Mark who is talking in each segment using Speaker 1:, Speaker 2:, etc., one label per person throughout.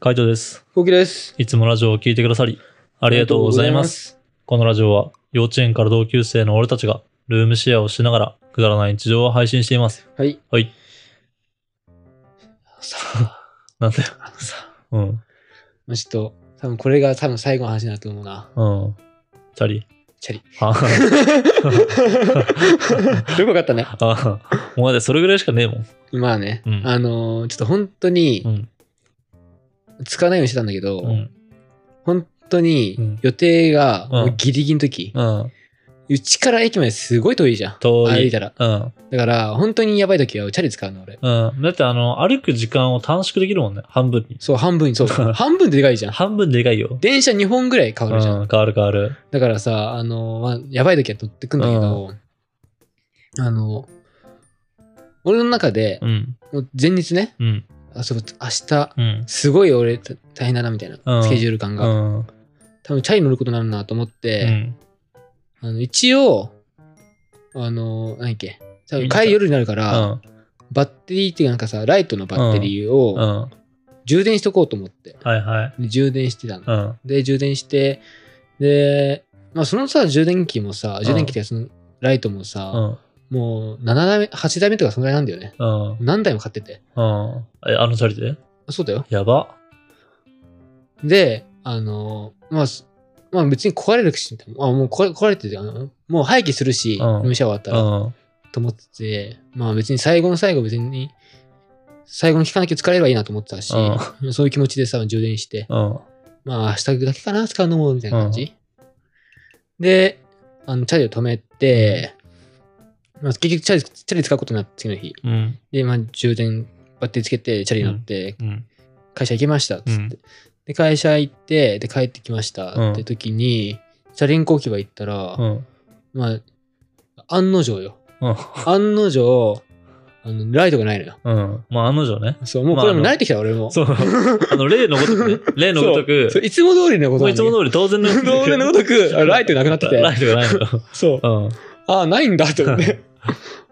Speaker 1: 海藤です。
Speaker 2: コキです。
Speaker 1: いつもラジオを聞いてくださり、ありがとうございます。このラジオは、幼稚園から同級生の俺たちが、ルームシェアをしながら、くだらない日常を配信しています。
Speaker 2: はい。
Speaker 1: はい。
Speaker 2: さあ、
Speaker 1: なんだよ。
Speaker 2: あのさ、
Speaker 1: うん。
Speaker 2: まあ、ちょっと、多分これが多分最後の話になると思 うな。
Speaker 1: うん。チャリ。
Speaker 2: チャリ。
Speaker 1: あ
Speaker 2: よくわかったね。
Speaker 1: あ。お前でそれぐらいしかねえもん。
Speaker 2: まあね、
Speaker 1: うん
Speaker 2: あのーちょっと本当に
Speaker 1: う、ん。
Speaker 2: 使わないようにしてたんだけど、
Speaker 1: うん。
Speaker 2: 本当
Speaker 1: う
Speaker 2: に
Speaker 1: ん
Speaker 2: 予定が
Speaker 1: ん
Speaker 2: もうギリギリの時、
Speaker 1: うん。
Speaker 2: うち、から駅まですごい遠いじゃん。
Speaker 1: 遠い
Speaker 2: 歩いたら。
Speaker 1: うん。
Speaker 2: だから、本当にやばい時はチャリ使うの、俺。
Speaker 1: うん。だって、あの、歩く時間を短縮できるもんね。半分に。
Speaker 2: そう、半分に、そう、 半分ででかいじゃん。
Speaker 1: 半分でかいよ。
Speaker 2: 電車2本ぐらい変
Speaker 1: う
Speaker 2: わるじゃん。
Speaker 1: ん。変わる変わる。
Speaker 2: だからさ、あの、まあ、やばい時は取ってくんだけど、あの、俺の中で
Speaker 1: う、ん。
Speaker 2: 前日ね、
Speaker 1: うん。
Speaker 2: あ、そう、明日、
Speaker 1: うん。
Speaker 2: すごい俺た大変だなみたいな、
Speaker 1: うん
Speaker 2: スケジュール感
Speaker 1: う
Speaker 2: が、
Speaker 1: ん。
Speaker 2: 多分チャリ乗ることになるなと思っ
Speaker 1: う
Speaker 2: て、
Speaker 1: ん。
Speaker 2: あの一応、あの、何やっけ、多分帰り夜になるか
Speaker 1: う
Speaker 2: ら、
Speaker 1: ん。
Speaker 2: バッテリーっていうかなんかさ、ライトのバッテリー
Speaker 1: う
Speaker 2: を
Speaker 1: ん。
Speaker 2: 充電しとこうと思って、
Speaker 1: はいはい。
Speaker 2: で充電してたの。
Speaker 1: うん。
Speaker 2: で、充電して、で、まあ、そのさ、充電器もさ、充電器っていうかそのライトもさ、
Speaker 1: うん。
Speaker 2: もう、7台目、8台目とかそのぐらいなんだよね。
Speaker 1: うん。
Speaker 2: 何台も買ってて。
Speaker 1: うん。え、あのチャリで
Speaker 2: そうだよ。
Speaker 1: やば。
Speaker 2: で、あのーまあ、すまあ別に壊れるし、あ、もう壊れ壊れてて、あのもう廃棄するし、
Speaker 1: うん
Speaker 2: 入社終わった
Speaker 1: う
Speaker 2: ら、
Speaker 1: ん。
Speaker 2: と思ってて、まあ別に最後の最後別に、最後の期間だけ使えればいいなと思ってたし、そういう気持ちでさ、充電して、
Speaker 1: うん。
Speaker 2: まあ明日だけかな、使うのも、みたいな感じ。で、あの、チャリを止めて、まあ結局チャリ、チャリ使うことになって、次の日。
Speaker 1: うん。
Speaker 2: で、まあ充電、バッテリーつけて、チャリ乗って、
Speaker 1: うん。
Speaker 2: 会社行きましたっつって、
Speaker 1: うん
Speaker 2: で会社行ってで帰ってきましたって時に、チャリンコ置き場行ったら、
Speaker 1: うん。
Speaker 2: まあ案の定よ
Speaker 1: うん。
Speaker 2: 案の定あのライトがないのよ
Speaker 1: うん。まあ、案の定ね。
Speaker 2: そうもう
Speaker 1: まあ
Speaker 2: これも
Speaker 1: あの
Speaker 2: 慣れてきた俺も
Speaker 1: そう。あの、例のごとくね。例のごとく
Speaker 2: そう、いつも通りのこ
Speaker 1: も
Speaker 2: と
Speaker 1: う
Speaker 2: ない
Speaker 1: つも
Speaker 2: の
Speaker 1: 通り当然の
Speaker 2: に 当然のごとくあライトなくなって
Speaker 1: ラ
Speaker 2: て
Speaker 1: イトが ないのよ。
Speaker 2: そう
Speaker 1: うん。
Speaker 2: ああないんだと思って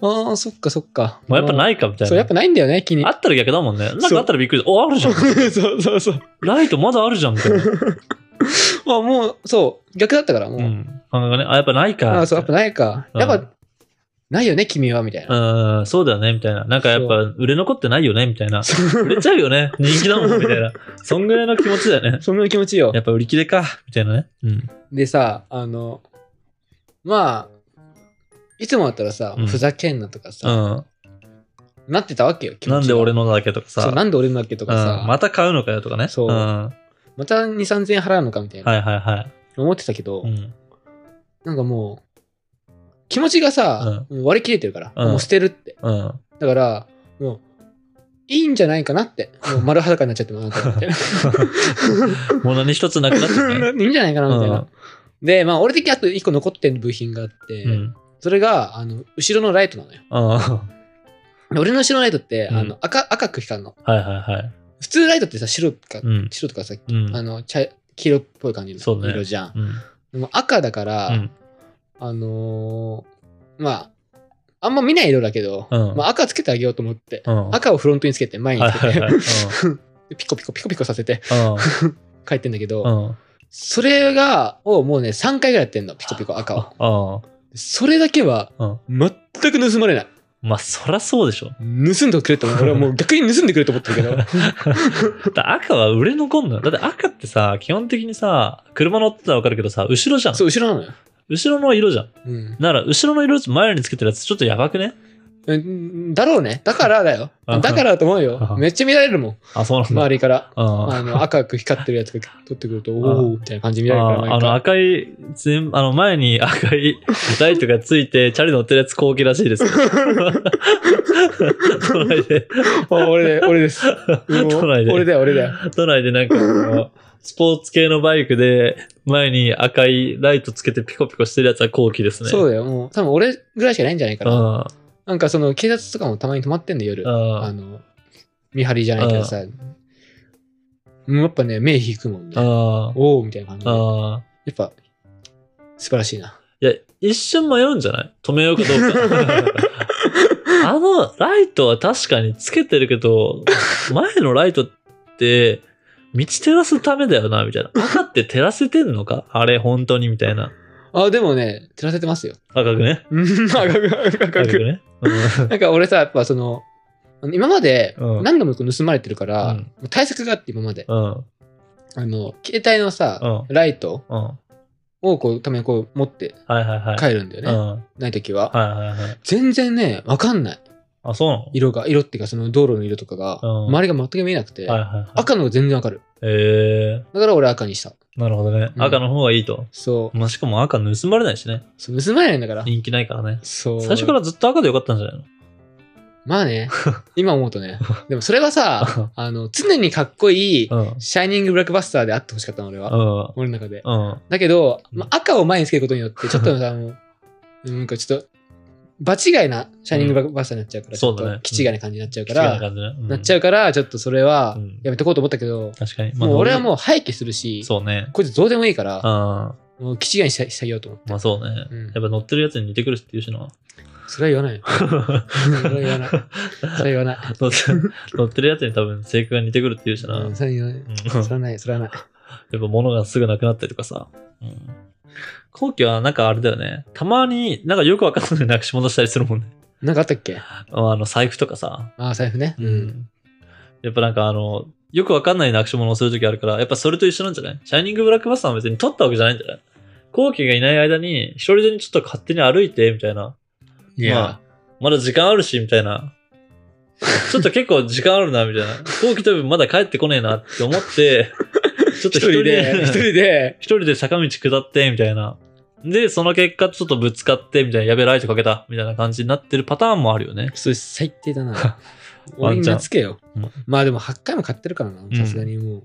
Speaker 2: ああそっかそっか
Speaker 1: まあ、やっぱないいかみたいな。
Speaker 2: そうやっぱないんだよね気に
Speaker 1: あったら逆だもんね。なん
Speaker 2: そう
Speaker 1: かあったらびっくりお、あるじゃん。
Speaker 2: そうそうそう
Speaker 1: ライトまだあるじゃん、みたいな。
Speaker 2: まあもうそう逆だったからもう、
Speaker 1: うん。感覚がね。あ、やっぱないか。
Speaker 2: ああそうやっぱないか、
Speaker 1: うん
Speaker 2: やっぱないよね君はみたいな、
Speaker 1: うん、そうだよね、みたいな。なんかやっぱ、売れ残ってないよね、みたいな。 売れちゃうよね。人気だもん、みたい な。そんぐらいの気持ちだよね。
Speaker 2: そんな気持ちいいよ
Speaker 1: や。っぱ売り切れか、みたいなね。うん。
Speaker 2: でさ、あの、まあ、いつもだったらさ、
Speaker 1: うん
Speaker 2: ふざけんなとかさ、
Speaker 1: うん。
Speaker 2: なってたわけよ、気持
Speaker 1: なん
Speaker 2: ち
Speaker 1: で
Speaker 2: が
Speaker 1: 俺のだけとか
Speaker 2: そ
Speaker 1: さ。
Speaker 2: う、なんで俺のだっけとかさ、
Speaker 1: うん、ま
Speaker 2: ま
Speaker 1: た買うのかよとかね。
Speaker 2: そうん
Speaker 1: は
Speaker 2: た2、3000円払うのかみたい
Speaker 1: い
Speaker 2: な、
Speaker 1: はいはい。
Speaker 2: 思ってたけど、
Speaker 1: うん。
Speaker 2: なんかもう、気持ちがさ、もう割り切れてるから、
Speaker 1: うん
Speaker 2: もう捨てるって。
Speaker 1: うん。
Speaker 2: だから、もう、いいんじゃないかなって。もう丸裸になっちゃってもなんか みたいな。
Speaker 1: もう何一つなくなっちゃったね。
Speaker 2: いいんじゃないかなみたいな。で、まあ、俺的にあと1個残ってる部品があって、
Speaker 1: うん。うん。
Speaker 2: それが、あの、後ろのライトなのよ。
Speaker 1: あ
Speaker 2: 俺の後ろのライトって、
Speaker 1: うん
Speaker 2: あの赤赤く光るの
Speaker 1: あ。はいはいはい。
Speaker 2: 普通ライトってさ白か、
Speaker 1: うん。
Speaker 2: 白とかさ、
Speaker 1: うん。
Speaker 2: あの茶黄色っぽい感じ
Speaker 1: そう
Speaker 2: の
Speaker 1: ね
Speaker 2: 色じゃん、
Speaker 1: うん。
Speaker 2: でも赤だから、
Speaker 1: うん。
Speaker 2: あのーまああんま見ない色だけど、
Speaker 1: うん
Speaker 2: まあ、赤つけてあげようと思って、
Speaker 1: うん。
Speaker 2: 赤をフロントにつけて前に
Speaker 1: はい
Speaker 2: つけて、
Speaker 1: はいはい。
Speaker 2: でピコピコピコピコさせて
Speaker 1: う
Speaker 2: 帰ってんだけど、
Speaker 1: ん。うん。うん。
Speaker 2: それがをもうね3回ぐらいやってんのピコピコ赤を
Speaker 1: あ
Speaker 2: それだけは
Speaker 1: うん
Speaker 2: 全く盗まれない
Speaker 1: あ。まあ、そらそうでしょ。
Speaker 2: 盗んでくれと思う俺はも う逆に盗んでくれと思ってるけど
Speaker 1: だ赤は売れ残んのよ。だって赤ってさ、基本的にさ、車乗ってたらわかるけどさ、後ろじゃん。
Speaker 2: そう後ろなのよ、
Speaker 1: 後ろの色じゃん。
Speaker 2: うん、
Speaker 1: なら、後ろの色前につけてるやつちょっとやばくね
Speaker 2: うんだろうね。だからだよ。だからだと思うよ。めっちゃ見られるもん。
Speaker 1: あ、そうなんだ。
Speaker 2: 周りから。
Speaker 1: うん。
Speaker 2: あの赤く光ってるやつが取ってくると、おおみたいな感じで見られる
Speaker 1: あ
Speaker 2: か
Speaker 1: ー
Speaker 2: ら
Speaker 1: あの
Speaker 2: 毎
Speaker 1: 赤い、全あの前に 赤いライトがついて、チャリ乗ってるやつ後期らしいです。都内で、
Speaker 2: 回。あ 俺で、俺です。もう
Speaker 1: 都内で
Speaker 2: 俺だよ、俺だよ。
Speaker 1: 都内でなんかあの、スポーツ系のバイクで前に赤いライトつけてピコピコしてるやつは後期ですね。
Speaker 2: そううだよ。もう、多分俺ぐらいしかないんじゃないかな。
Speaker 1: ん。
Speaker 2: なんかその、警察とかもたまに止まってんの、夜。あ
Speaker 1: あ
Speaker 2: の、見張りじゃないけどさ。うんやっぱね、目引くもんね。
Speaker 1: あ。
Speaker 2: おおみたいな感じで。や
Speaker 1: ああ。
Speaker 2: っぱ、素晴らしいな。
Speaker 1: いや、一瞬迷うんじゃない止めようかど うか。あのライトは確かにつけてるけど、前のライトって、道照らすためだよな、みたいな。赤って照らせてんのかあれ、本当に、みたいな。
Speaker 2: あ、でもね、照らせてますよ。
Speaker 1: 赤くね。
Speaker 2: うん赤く、赤
Speaker 1: 赤く
Speaker 2: く。
Speaker 1: ね。うん
Speaker 2: なんか俺さ、やっぱその、あの今まで
Speaker 1: うん
Speaker 2: 何度も盗まれてるから、
Speaker 1: うん
Speaker 2: もう対策があって今まで。
Speaker 1: うん。
Speaker 2: あの、携帯のさ、
Speaker 1: う
Speaker 2: ライト
Speaker 1: うん。は
Speaker 2: をこう、たまにこう持って
Speaker 1: いはいはい。
Speaker 2: 帰るんだ
Speaker 1: う
Speaker 2: よ
Speaker 1: ん。
Speaker 2: ね。
Speaker 1: はい
Speaker 2: ないときは。
Speaker 1: はいはい。
Speaker 2: 全然ね、わかんない。
Speaker 1: あ、そうなの
Speaker 2: 色が、色っていうかその道路の色とかが、
Speaker 1: うん
Speaker 2: 周りが全く見えなくて、
Speaker 1: はいはいはい。
Speaker 2: 赤の方が全然わかる。
Speaker 1: え
Speaker 2: だから俺赤にした。
Speaker 1: ー、なるほどね。
Speaker 2: うん
Speaker 1: 赤の方がいいと。
Speaker 2: そう。
Speaker 1: まあ、しかも赤盗まれないしね。
Speaker 2: そう盗まれないんだから。
Speaker 1: 人気ないからね。
Speaker 2: そう。
Speaker 1: 最初からずっと赤でよかったんじゃないの
Speaker 2: まあね、今思う とね。でもそれはさ、あの、常にかっこいい、
Speaker 1: うん。
Speaker 2: シャイニングブラックバスターであってほしかったの、俺は。
Speaker 1: う
Speaker 2: 俺の中で。
Speaker 1: ん。うん。
Speaker 2: だけど、まあ、赤を前につけることによって、ちょっとさ、 もう、なんかちょっと、場違いなシャイニングブラックバスターになっちゃうから、
Speaker 1: うん
Speaker 2: ちょっ
Speaker 1: そうだね
Speaker 2: と、気違いな感じになっちゃうか
Speaker 1: 違う
Speaker 2: ら、
Speaker 1: 感じね。
Speaker 2: なっちゃ
Speaker 1: う
Speaker 2: うから、ちょっとそれは
Speaker 1: うん、
Speaker 2: やめとこうと思ったけど
Speaker 1: ん。、確かに。
Speaker 2: もう俺は
Speaker 1: う。
Speaker 2: もう廃棄するし、
Speaker 1: そうね。
Speaker 2: こいつどうでもいいか
Speaker 1: うん。
Speaker 2: ら、
Speaker 1: ま
Speaker 2: もう気違いにしたしてあげようと思って。
Speaker 1: あそうね
Speaker 2: うん。
Speaker 1: やっぱ乗ってるやつに似てくるって言うしな。
Speaker 2: それは言わないよ。それは言 わない。それは言わない。
Speaker 1: 乗って乗ってるやつに多分性格が似てくるって言うしな。う
Speaker 2: うんんそれは言わない。
Speaker 1: や
Speaker 2: そ
Speaker 1: っ
Speaker 2: れはない、それはない。
Speaker 1: ぱ物がすぐなくなったりとかさ。うん。後期はなんかあれだよね。たまになんかよくわかんないのになくし戻したりするもんね。
Speaker 2: なんかあったっけ
Speaker 1: あの、財布とかさ。
Speaker 2: ああ、財布ね。うん。
Speaker 1: やっぱなんかあの、よくわかんないなくし物をするときあるから、やっぱそれと一緒なんじゃないシャイニングブラックバスターは別に取ったわけじゃないんじゃない後期がいない間に、一人でちょっと勝手に歩いて、みたいな。
Speaker 2: いや、
Speaker 1: まあまだ時間あるし、みたいな。ちょっと結構時間あるな、みたいな。後期多分まだ帰ってこねえなって思って、ちょっと
Speaker 2: 一
Speaker 1: 一人
Speaker 2: 人で
Speaker 1: で、、
Speaker 2: 一人で、
Speaker 1: 一人で坂道下って、みたいな。で、その結果ちょっとぶつかって、みたいな。やべえ、ライトかけた、みたいな感じになってるパターンもあるよね。。
Speaker 2: それ最低だな 俺に懐けよ
Speaker 1: うん。
Speaker 2: まあでも8回も買ってるからな、さすがにもう。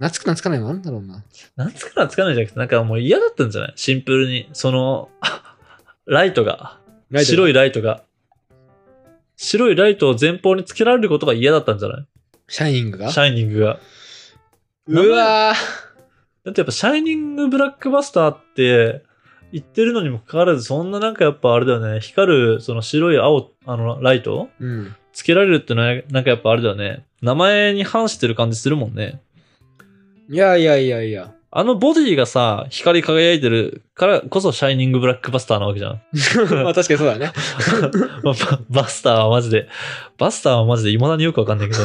Speaker 2: 懐くな懐かないもあるんだろうな。
Speaker 1: なんつからつかないじゃなくて、なんかもう嫌だったんじゃないシンプルに。その、 ライトが、白
Speaker 2: い。
Speaker 1: いライトが、白いライトを前方につけられることが嫌だったんじゃない
Speaker 2: シャイニングが
Speaker 1: シャイニングが。
Speaker 2: うわ
Speaker 1: だってやっぱシャイニングブラックバスターって言ってるのにもかかわらず、そんななんかやっぱあれだよね、光るその白い青、あの、ライトを
Speaker 2: ーうん。
Speaker 1: つけられるってのはなんかやっぱあれだよね、名前に反してる感じするもんね。
Speaker 2: いやいやいや いや。
Speaker 1: あのボディがさ、光り輝いてるからこそシャイニングブラックバスターなわけじゃん。
Speaker 2: まあ確かにそうだね。
Speaker 1: まあババスターはマジで、バスターはマジで未だによくわかんないけど、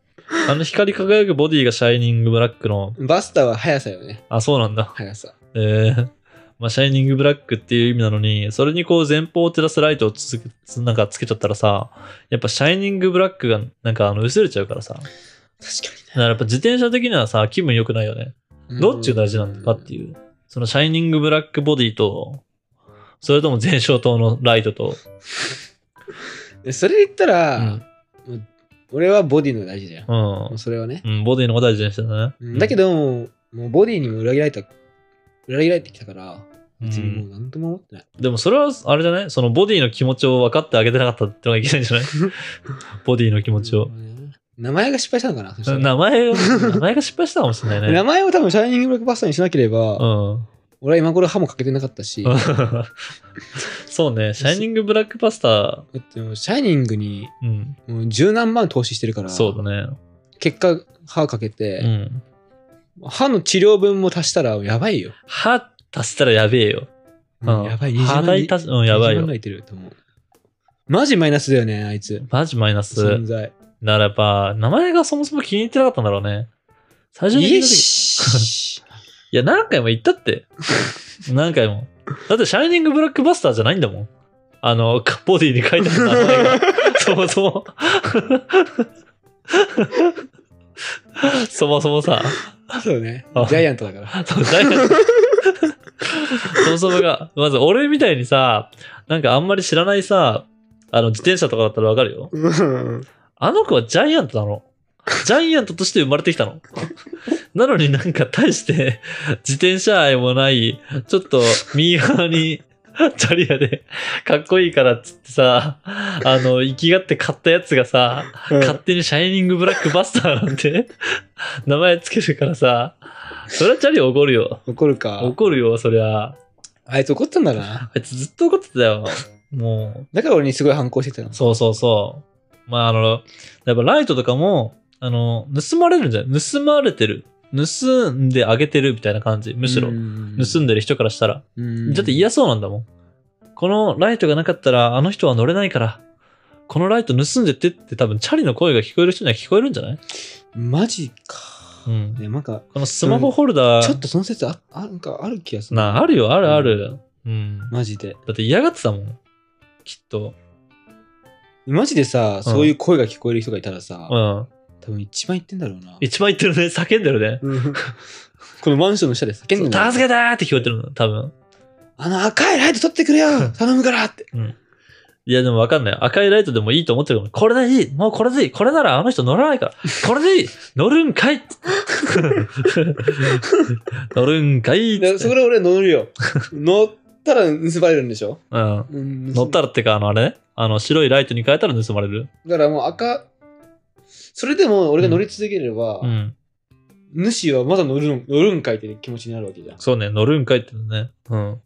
Speaker 1: あの光り輝くボディがシャイニングブラックの、
Speaker 2: バスターは速さよね。
Speaker 1: あ、そうなんだ。
Speaker 2: 速さ。
Speaker 1: えー、まあ、シャイニングブラックっていう意味なのに、それにこう前方を照らすライトをつけつなんかつけちゃったらさ、やっぱシャイニングブラックがなんかあの薄れちゃうからさ、だか
Speaker 2: 確から
Speaker 1: やっぱ自転車的にはさ、気分良くないよね。
Speaker 2: にね。
Speaker 1: どっちが大事なのかって
Speaker 2: い
Speaker 1: いう、そのシャイニングブラックボディと、それとも前照灯のライトと、
Speaker 2: うん。それで言った
Speaker 1: う
Speaker 2: ら
Speaker 1: ん、、
Speaker 2: 俺はボディの方が大事だよ。
Speaker 1: うん
Speaker 2: もう、それはね。
Speaker 1: うん、ボディの方が大事にしてたね。
Speaker 2: だけどもう、もうボディにも裏切られた、裏切られてきたから、
Speaker 1: うん、
Speaker 2: 別にもう何とも思ってない。
Speaker 1: でもそれは、あれじゃないそのボディの気持ちを分かってあげてなかったってのがいけないんじゃ ないボディの気持ちを。
Speaker 2: 名前が失敗したのかなそしたら
Speaker 1: 名前を、名前が失敗したかもしれない
Speaker 2: 名
Speaker 1: ね。
Speaker 2: 前を多分シャイニングブラックバスターにしなければ、
Speaker 1: うん。
Speaker 2: 俺は今頃歯もかけてなかったし、だ
Speaker 1: そうね、シャイニングブラックパスタ
Speaker 2: ってもうシャイニングに
Speaker 1: ー、うん、
Speaker 2: もう十何万投資してるから、
Speaker 1: そうだね。
Speaker 2: 結果歯かけ
Speaker 1: う
Speaker 2: て、
Speaker 1: ん。
Speaker 2: 歯の治療分も足したらやばいよ。
Speaker 1: 歯足したらやべえよ。
Speaker 2: うんやばい、20
Speaker 1: 歯
Speaker 2: 万
Speaker 1: 代足し、うん、やばい
Speaker 2: 20万
Speaker 1: よ
Speaker 2: ぐら。いいってると思う。マジマイナスだよね、あいつ。
Speaker 1: マジマイナス。
Speaker 2: 存在。
Speaker 1: だからやっぱ、名前がそもそも気に入ってなかったんだろうね。最初に聞
Speaker 2: い
Speaker 1: い
Speaker 2: え
Speaker 1: た時
Speaker 2: し
Speaker 1: いや、何回も言ったって。何回も。だって、シャイニングブラックバスターじゃないんだもん。あの、カボディに書いてある名前が。そもそも。そもそもさ、
Speaker 2: そうね。ジ
Speaker 1: あ
Speaker 2: ャイアントだから。
Speaker 1: そうダイヤそもそもが、まず俺みたいにさ、なんかあんまり知らないさ、あの、自転車とかだったらわかるよ。
Speaker 2: うん
Speaker 1: あの子はジャイアントなの。ジャイアントとして生まれてきたの。なのになんか大して自転車愛もない、ちょっと右側にチャリアでかっこいいからっつってさ、あの、行きがって買ったやつがさ、勝手にシャイニングブラックバスターなんて名前つけるからさ、それはチャリ怒るよ。
Speaker 2: 怒るか。
Speaker 1: 怒るよ、そりゃ。あ
Speaker 2: あいつ怒ったんだな。
Speaker 1: いつずっと怒ってたよ。もう、
Speaker 2: だから俺にすごい反抗してきたの。
Speaker 1: そうそうそう。まあ、あの、やっぱライトとかも、あの、盗まれるんじゃない盗まれてる。盗んであげてるみたいな感じ。むしろ。盗んでる人からしたら。
Speaker 2: ん
Speaker 1: だって嫌そうなんだもん。このライトがなかったら、あの人は乗れないから、このライト盗んでってって多分、チャリの声が聞こえる人には聞こえるんじゃない
Speaker 2: マジか。
Speaker 1: うん
Speaker 2: ね、なんか、
Speaker 1: このスマホホルダー、
Speaker 2: ちょっとその説あ、あなんかある気がする。
Speaker 1: なあ、あるよ、あるある。うん。
Speaker 2: マジで。
Speaker 1: だって嫌がってたもん。きっと。
Speaker 2: マジでさ、そういう声が聞こえる人がいたらさ、
Speaker 1: うん。
Speaker 2: 多分一番言ってんだろうな。
Speaker 1: 一番言ってるね。叫んでるね。
Speaker 2: うん このマンションの下で叫んで
Speaker 1: 助
Speaker 2: んだろう
Speaker 1: けてーって聞こえてるの、多分。
Speaker 2: あの赤いライト取ってくれよ頼むから って。
Speaker 1: いや、でもわかんない。赤いライトでもいいと思ってるから、これでいいもうこれでいいこれならあの人乗らないからこれでいい乗るんかい 乗るんかいっ
Speaker 2: で
Speaker 1: つ
Speaker 2: そ
Speaker 1: って
Speaker 2: れ俺乗 るよ。乗ったら盗まれるんでしょ
Speaker 1: うん。乗
Speaker 2: 乗
Speaker 1: ったらってか、あの、あれね。あの、白いライトに変えたら盗まれる。
Speaker 2: だからもう赤、それでも俺が乗り続ければ、
Speaker 1: うん。
Speaker 2: 主はまだ乗るん乗るんかいって気持ちになるわけじゃん。
Speaker 1: そうね、乗るんかいってのね。うん。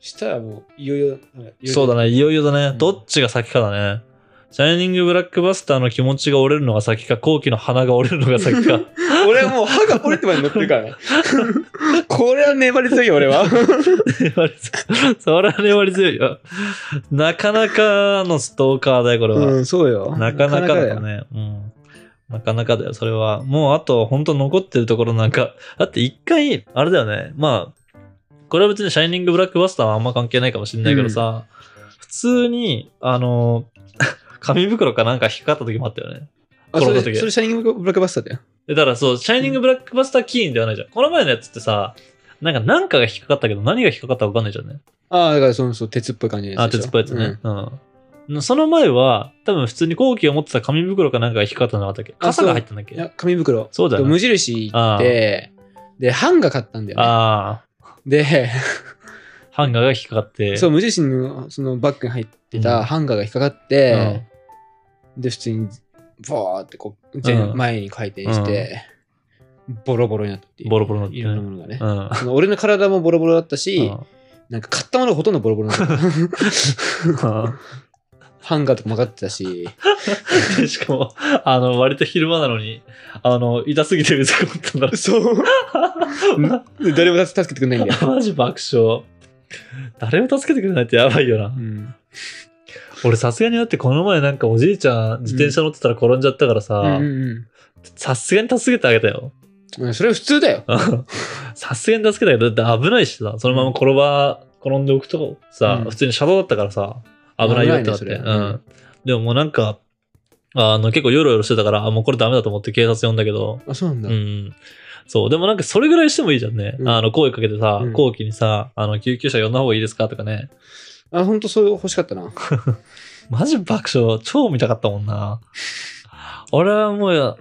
Speaker 2: したらもう、いよいよ、なんか
Speaker 1: そうだ。ね、いよいよだね。
Speaker 2: うん
Speaker 1: どっちが先かだね。シャイニングブラックバスターの気持ちが折れるのが先か、後期の鼻が折れるのが先 か。
Speaker 2: 俺はもう歯が折れてまで乗ってるから ね。これは粘り強いよ俺は。
Speaker 1: 粘り強い。それは粘り強いよ。なかなかのストーカーだよ、これは。
Speaker 2: うん、そうよ。
Speaker 1: なかなか
Speaker 2: だ
Speaker 1: だ
Speaker 2: よ
Speaker 1: よね。うん。なかなかだよ、それは。もうあと、本当残ってるところなんか、 だって一回、あれだよね。まあ、これは別にシャイニングブラックバスターはあんま関係ないかもしれないけどさ、普通に、あの、 紙袋かなんか引っかかった時もあったよね。
Speaker 2: あそれ
Speaker 1: 転んだ時
Speaker 2: それシャイニングブラックバスターだよ。
Speaker 1: えだからそう、シャイニングブラックバスターキーンではないじゃん。この前のやつってさ、なんか何かが引っかかったけど、何が引っかかったか分かんないじゃんね。
Speaker 2: ああ、だからそのそう鉄っぽい感じの
Speaker 1: あ、
Speaker 2: でしょ
Speaker 1: 鉄っぽいやつね。。うん。その前は、多分普通に後期が持ってた紙袋かなんかが引っかかったんじゃなかったっけ
Speaker 2: あ
Speaker 1: 傘が入ったんだっ
Speaker 2: う
Speaker 1: け
Speaker 2: んいや、紙袋。
Speaker 1: そうだよね
Speaker 2: 無印行って、で、ハンガー買ったんだよ、ね。
Speaker 1: あ
Speaker 2: で、
Speaker 1: あ、ハンガーが引っかかって。
Speaker 2: そう、無印のそのバッグに入って
Speaker 1: うん
Speaker 2: たハンガーが引っかかって、で、普通に、ボーってこう、前
Speaker 1: うん
Speaker 2: 前に回転して、ボロボロになったっていう。
Speaker 1: ボロボロになってね
Speaker 2: いろんなものがね
Speaker 1: う。ん。
Speaker 2: その俺の体もボロボロだったし、なんか買ったものがほとんどボロボロに なった。ハンガーとか曲がってたし、
Speaker 1: うん しかも、あの、割と昼間なのに、あの、痛すぎてうずくまったんだろ
Speaker 2: そう。 で誰も助けてくれないんだよ。
Speaker 1: マジ爆笑。誰も助けてくれないってやばいよな。
Speaker 2: うん
Speaker 1: 俺さすがにだってこの前なんかおじいちゃん自転車乗ってたら転んじゃったから
Speaker 2: う
Speaker 1: さ
Speaker 2: ん、うん
Speaker 1: さすがに助けてあげたよ。
Speaker 2: うん。それは普通だよ。
Speaker 1: さすがに助けたけど、だって危ないしさ、そのまま転ば、転んでおくとさ、
Speaker 2: うん
Speaker 1: 普通に車道だったからさ、危ないよってなって。
Speaker 2: 危ないねそれ
Speaker 1: う
Speaker 2: は
Speaker 1: ん。でももうなんか、あの、結構ヨロヨロしてたから、あ、もうこれダメだと思って警察呼んだけど、
Speaker 2: あ、そうなん
Speaker 1: う
Speaker 2: だ。
Speaker 1: ん。そう、でもなんかそれぐらいしてもいいじゃんね。
Speaker 2: うん
Speaker 1: あの、声かけてさ
Speaker 2: う、ん
Speaker 1: 後期にさ、あの、救急車呼んだ方がいいですかとかね。
Speaker 2: あ、本当そう欲しかったな。
Speaker 1: マジ爆笑、超見たかったもんな。 俺はもう、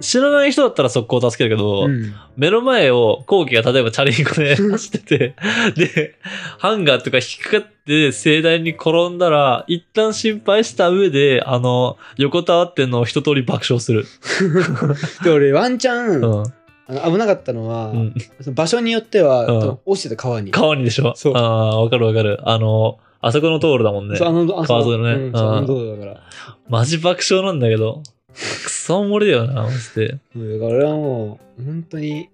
Speaker 1: 知らない人だったら速攻助けるけど、
Speaker 2: うん
Speaker 1: 目の前を、後期が例えばチャリンコで 走ってて、で、ハンガーとか引っかかって盛大に転んだら、一旦心配した上で、あの、横たわってんのを一通り爆笑する。
Speaker 2: で俺ワンチャ
Speaker 1: う
Speaker 2: ン、
Speaker 1: ん。
Speaker 2: あの危なかったのは、
Speaker 1: うん、
Speaker 2: その場所によっては、
Speaker 1: うん
Speaker 2: 落ちてた川に、
Speaker 1: 川にでしょ
Speaker 2: そう
Speaker 1: ああー、わかるわかる。あの、あそこの通るだもんね
Speaker 2: そう。あのあ
Speaker 1: 川
Speaker 2: そう
Speaker 1: 沿いのね
Speaker 2: うんそう
Speaker 1: うん
Speaker 2: あの道路だから
Speaker 1: マジ爆笑なんだけど。くそおもりだよな、マジで。
Speaker 2: うんだから俺はもう本当に自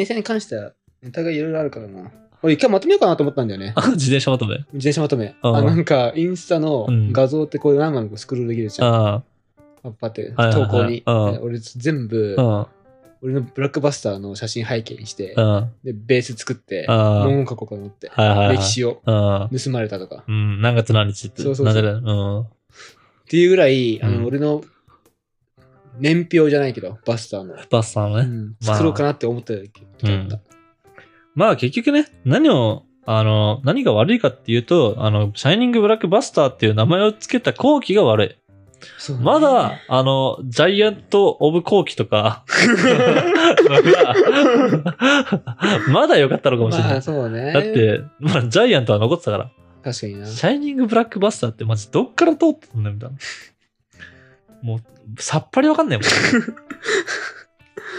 Speaker 2: 転車に関してはネタがいろいろあるからな俺一回まとめようかなと思ったんだよね
Speaker 1: あ自転車まとめ。あ
Speaker 2: 自転車まとめ、あなんかインスタの
Speaker 1: うん
Speaker 2: 画像ってこういう何枚もスクロールできるじゃん、
Speaker 1: あ
Speaker 2: パッパって
Speaker 1: はいはいは
Speaker 2: 投
Speaker 1: い
Speaker 2: 稿に、
Speaker 1: うん
Speaker 2: で俺全部、
Speaker 1: ー、うん、
Speaker 2: 俺のブラックバスターの写真背景にして、
Speaker 1: うん、は
Speaker 2: でベース作って
Speaker 1: あー
Speaker 2: 論文書こうかなって
Speaker 1: いはい、はい。
Speaker 2: 歴史を
Speaker 1: うん。
Speaker 2: 盗まれたとか
Speaker 1: うん、何月何日って。
Speaker 2: そうそ
Speaker 1: な
Speaker 2: うそう
Speaker 1: んでだよ
Speaker 2: っていうぐらい、あ
Speaker 1: うん
Speaker 2: の、俺の年表じゃないけど、バスターの。
Speaker 1: うん。バスさんの
Speaker 2: う
Speaker 1: ね。
Speaker 2: ん、
Speaker 1: まあ
Speaker 2: 作ろうかなって思った時だった。
Speaker 1: まあ結局ね、何を、あの、何が悪いかっていうと、あの、シャイニングブラックバスターっていう名前を付けた後期が悪い。
Speaker 2: そうね
Speaker 1: まだ、、あの、ジャイアント・オブ・後期とか、 まだ良かったのかもしれない。
Speaker 2: まあ、そうね。
Speaker 1: だっ、て、まあ、ジャイアントは残ってたから、
Speaker 2: 確かにな。
Speaker 1: シャイニングブラックバスターってマジどっから通ってたんだよみたいな。もう、さっぱりわかんないもん。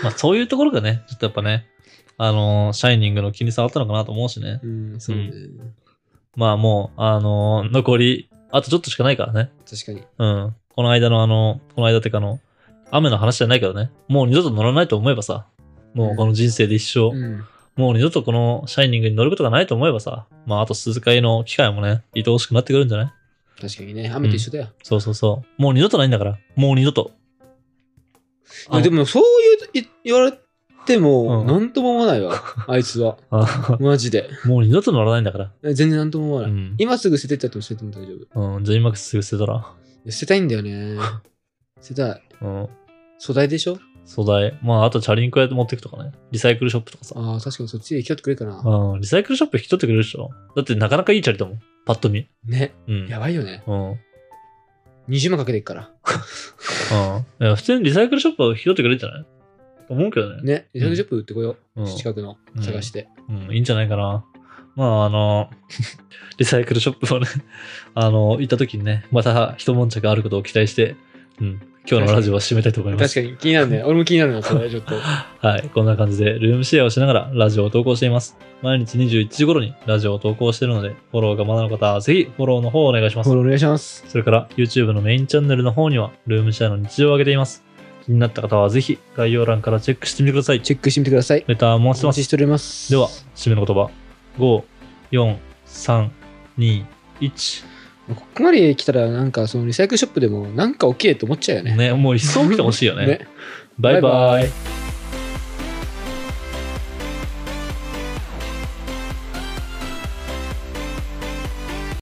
Speaker 1: まあ、そういうところがね、ちょっとやっぱね、あのーシャイニングの気に障ったのかなと思うしね。
Speaker 2: うん、そうね。
Speaker 1: まあもう、あのー残り、あとちょっとしかないからね。
Speaker 2: 確かに。
Speaker 1: うん。この間のあの、この間ってかあの、雨の話じゃないけどね。もう二度と乗らないと思えばさ、もうこの人生で一生、
Speaker 2: うん。
Speaker 1: もう二度とこのシャイニングに乗ることがないと思えばさ、まああと数回の機会もね、愛おしくなってくるんじゃない
Speaker 2: 確かにね、雨と一緒だよ。
Speaker 1: そうそうそう。もう二度とないんだから。もう二度と。
Speaker 2: いやでも、そういう、い言われて
Speaker 1: う
Speaker 2: も、
Speaker 1: ん
Speaker 2: なんとも思わないわ。あいつは。
Speaker 1: あ
Speaker 2: マジで。
Speaker 1: もう二度と乗らないんだから。
Speaker 2: 全然なんとも思わ
Speaker 1: う
Speaker 2: ない。
Speaker 1: ん。
Speaker 2: 今すぐ捨ててっちゃっても捨てても大丈夫い
Speaker 1: うん、じゃあ今すぐ捨てたら。
Speaker 2: や。捨てたいんだ よね。捨てたい。
Speaker 1: うん。
Speaker 2: 粗大でしょ
Speaker 1: 素材。まああとチャリンコやって持っていくとかね。リサイクルショップとかさ。
Speaker 2: ああ、確かにそっちで行き取ってくれるかな。
Speaker 1: うん。リサイクルショップ引き取ってくれるでしょ。だってなかなかいいチャリだもん。パッと見。
Speaker 2: ね。
Speaker 1: うん。
Speaker 2: やばいよね。
Speaker 1: うん。うん。
Speaker 2: 20万かけていくから。
Speaker 1: いや、普通にリサイクルショップを引き取ってくれるんじゃない思うけどね。
Speaker 2: ね。リサイクルショップ売ってこよ
Speaker 1: う
Speaker 2: う。
Speaker 1: ん。
Speaker 2: 近くの。
Speaker 1: うん
Speaker 2: 探して。
Speaker 1: うん、いいんじゃないかな。まあ、あの、 リサイクルショップをね、 あの、行った時にね、また一悶着あることを期待して、うん、今日のラジオは締めたいと思いま
Speaker 2: 確
Speaker 1: す。
Speaker 2: かに気にな るね。俺も気になるな、それ。ちょっと。
Speaker 1: はい、こんな感じでルームシェアをしながらラジオを投稿しています。毎日21時頃にラジオを投稿しているので、フォローがまだの方はぜひフォローの方をお願いします
Speaker 2: フォ。ローお願いします。
Speaker 1: それから YouTube のメインチャンネルの方には、ルームシェアの日常を上げています。気になった方はぜひ概要欄からチェックしてみてください。
Speaker 2: チェックしてみてください。
Speaker 1: レターも
Speaker 2: お
Speaker 1: してま
Speaker 2: 待
Speaker 1: す
Speaker 2: ちし。ております。
Speaker 1: では、締めの言葉。5、4、3、2、1。
Speaker 2: ここまで来たら、なんか、そのリサイクルショップでも、なんか OK と思っちゃうよね。
Speaker 1: ね、もう一層来てほしいよね。バイバイ。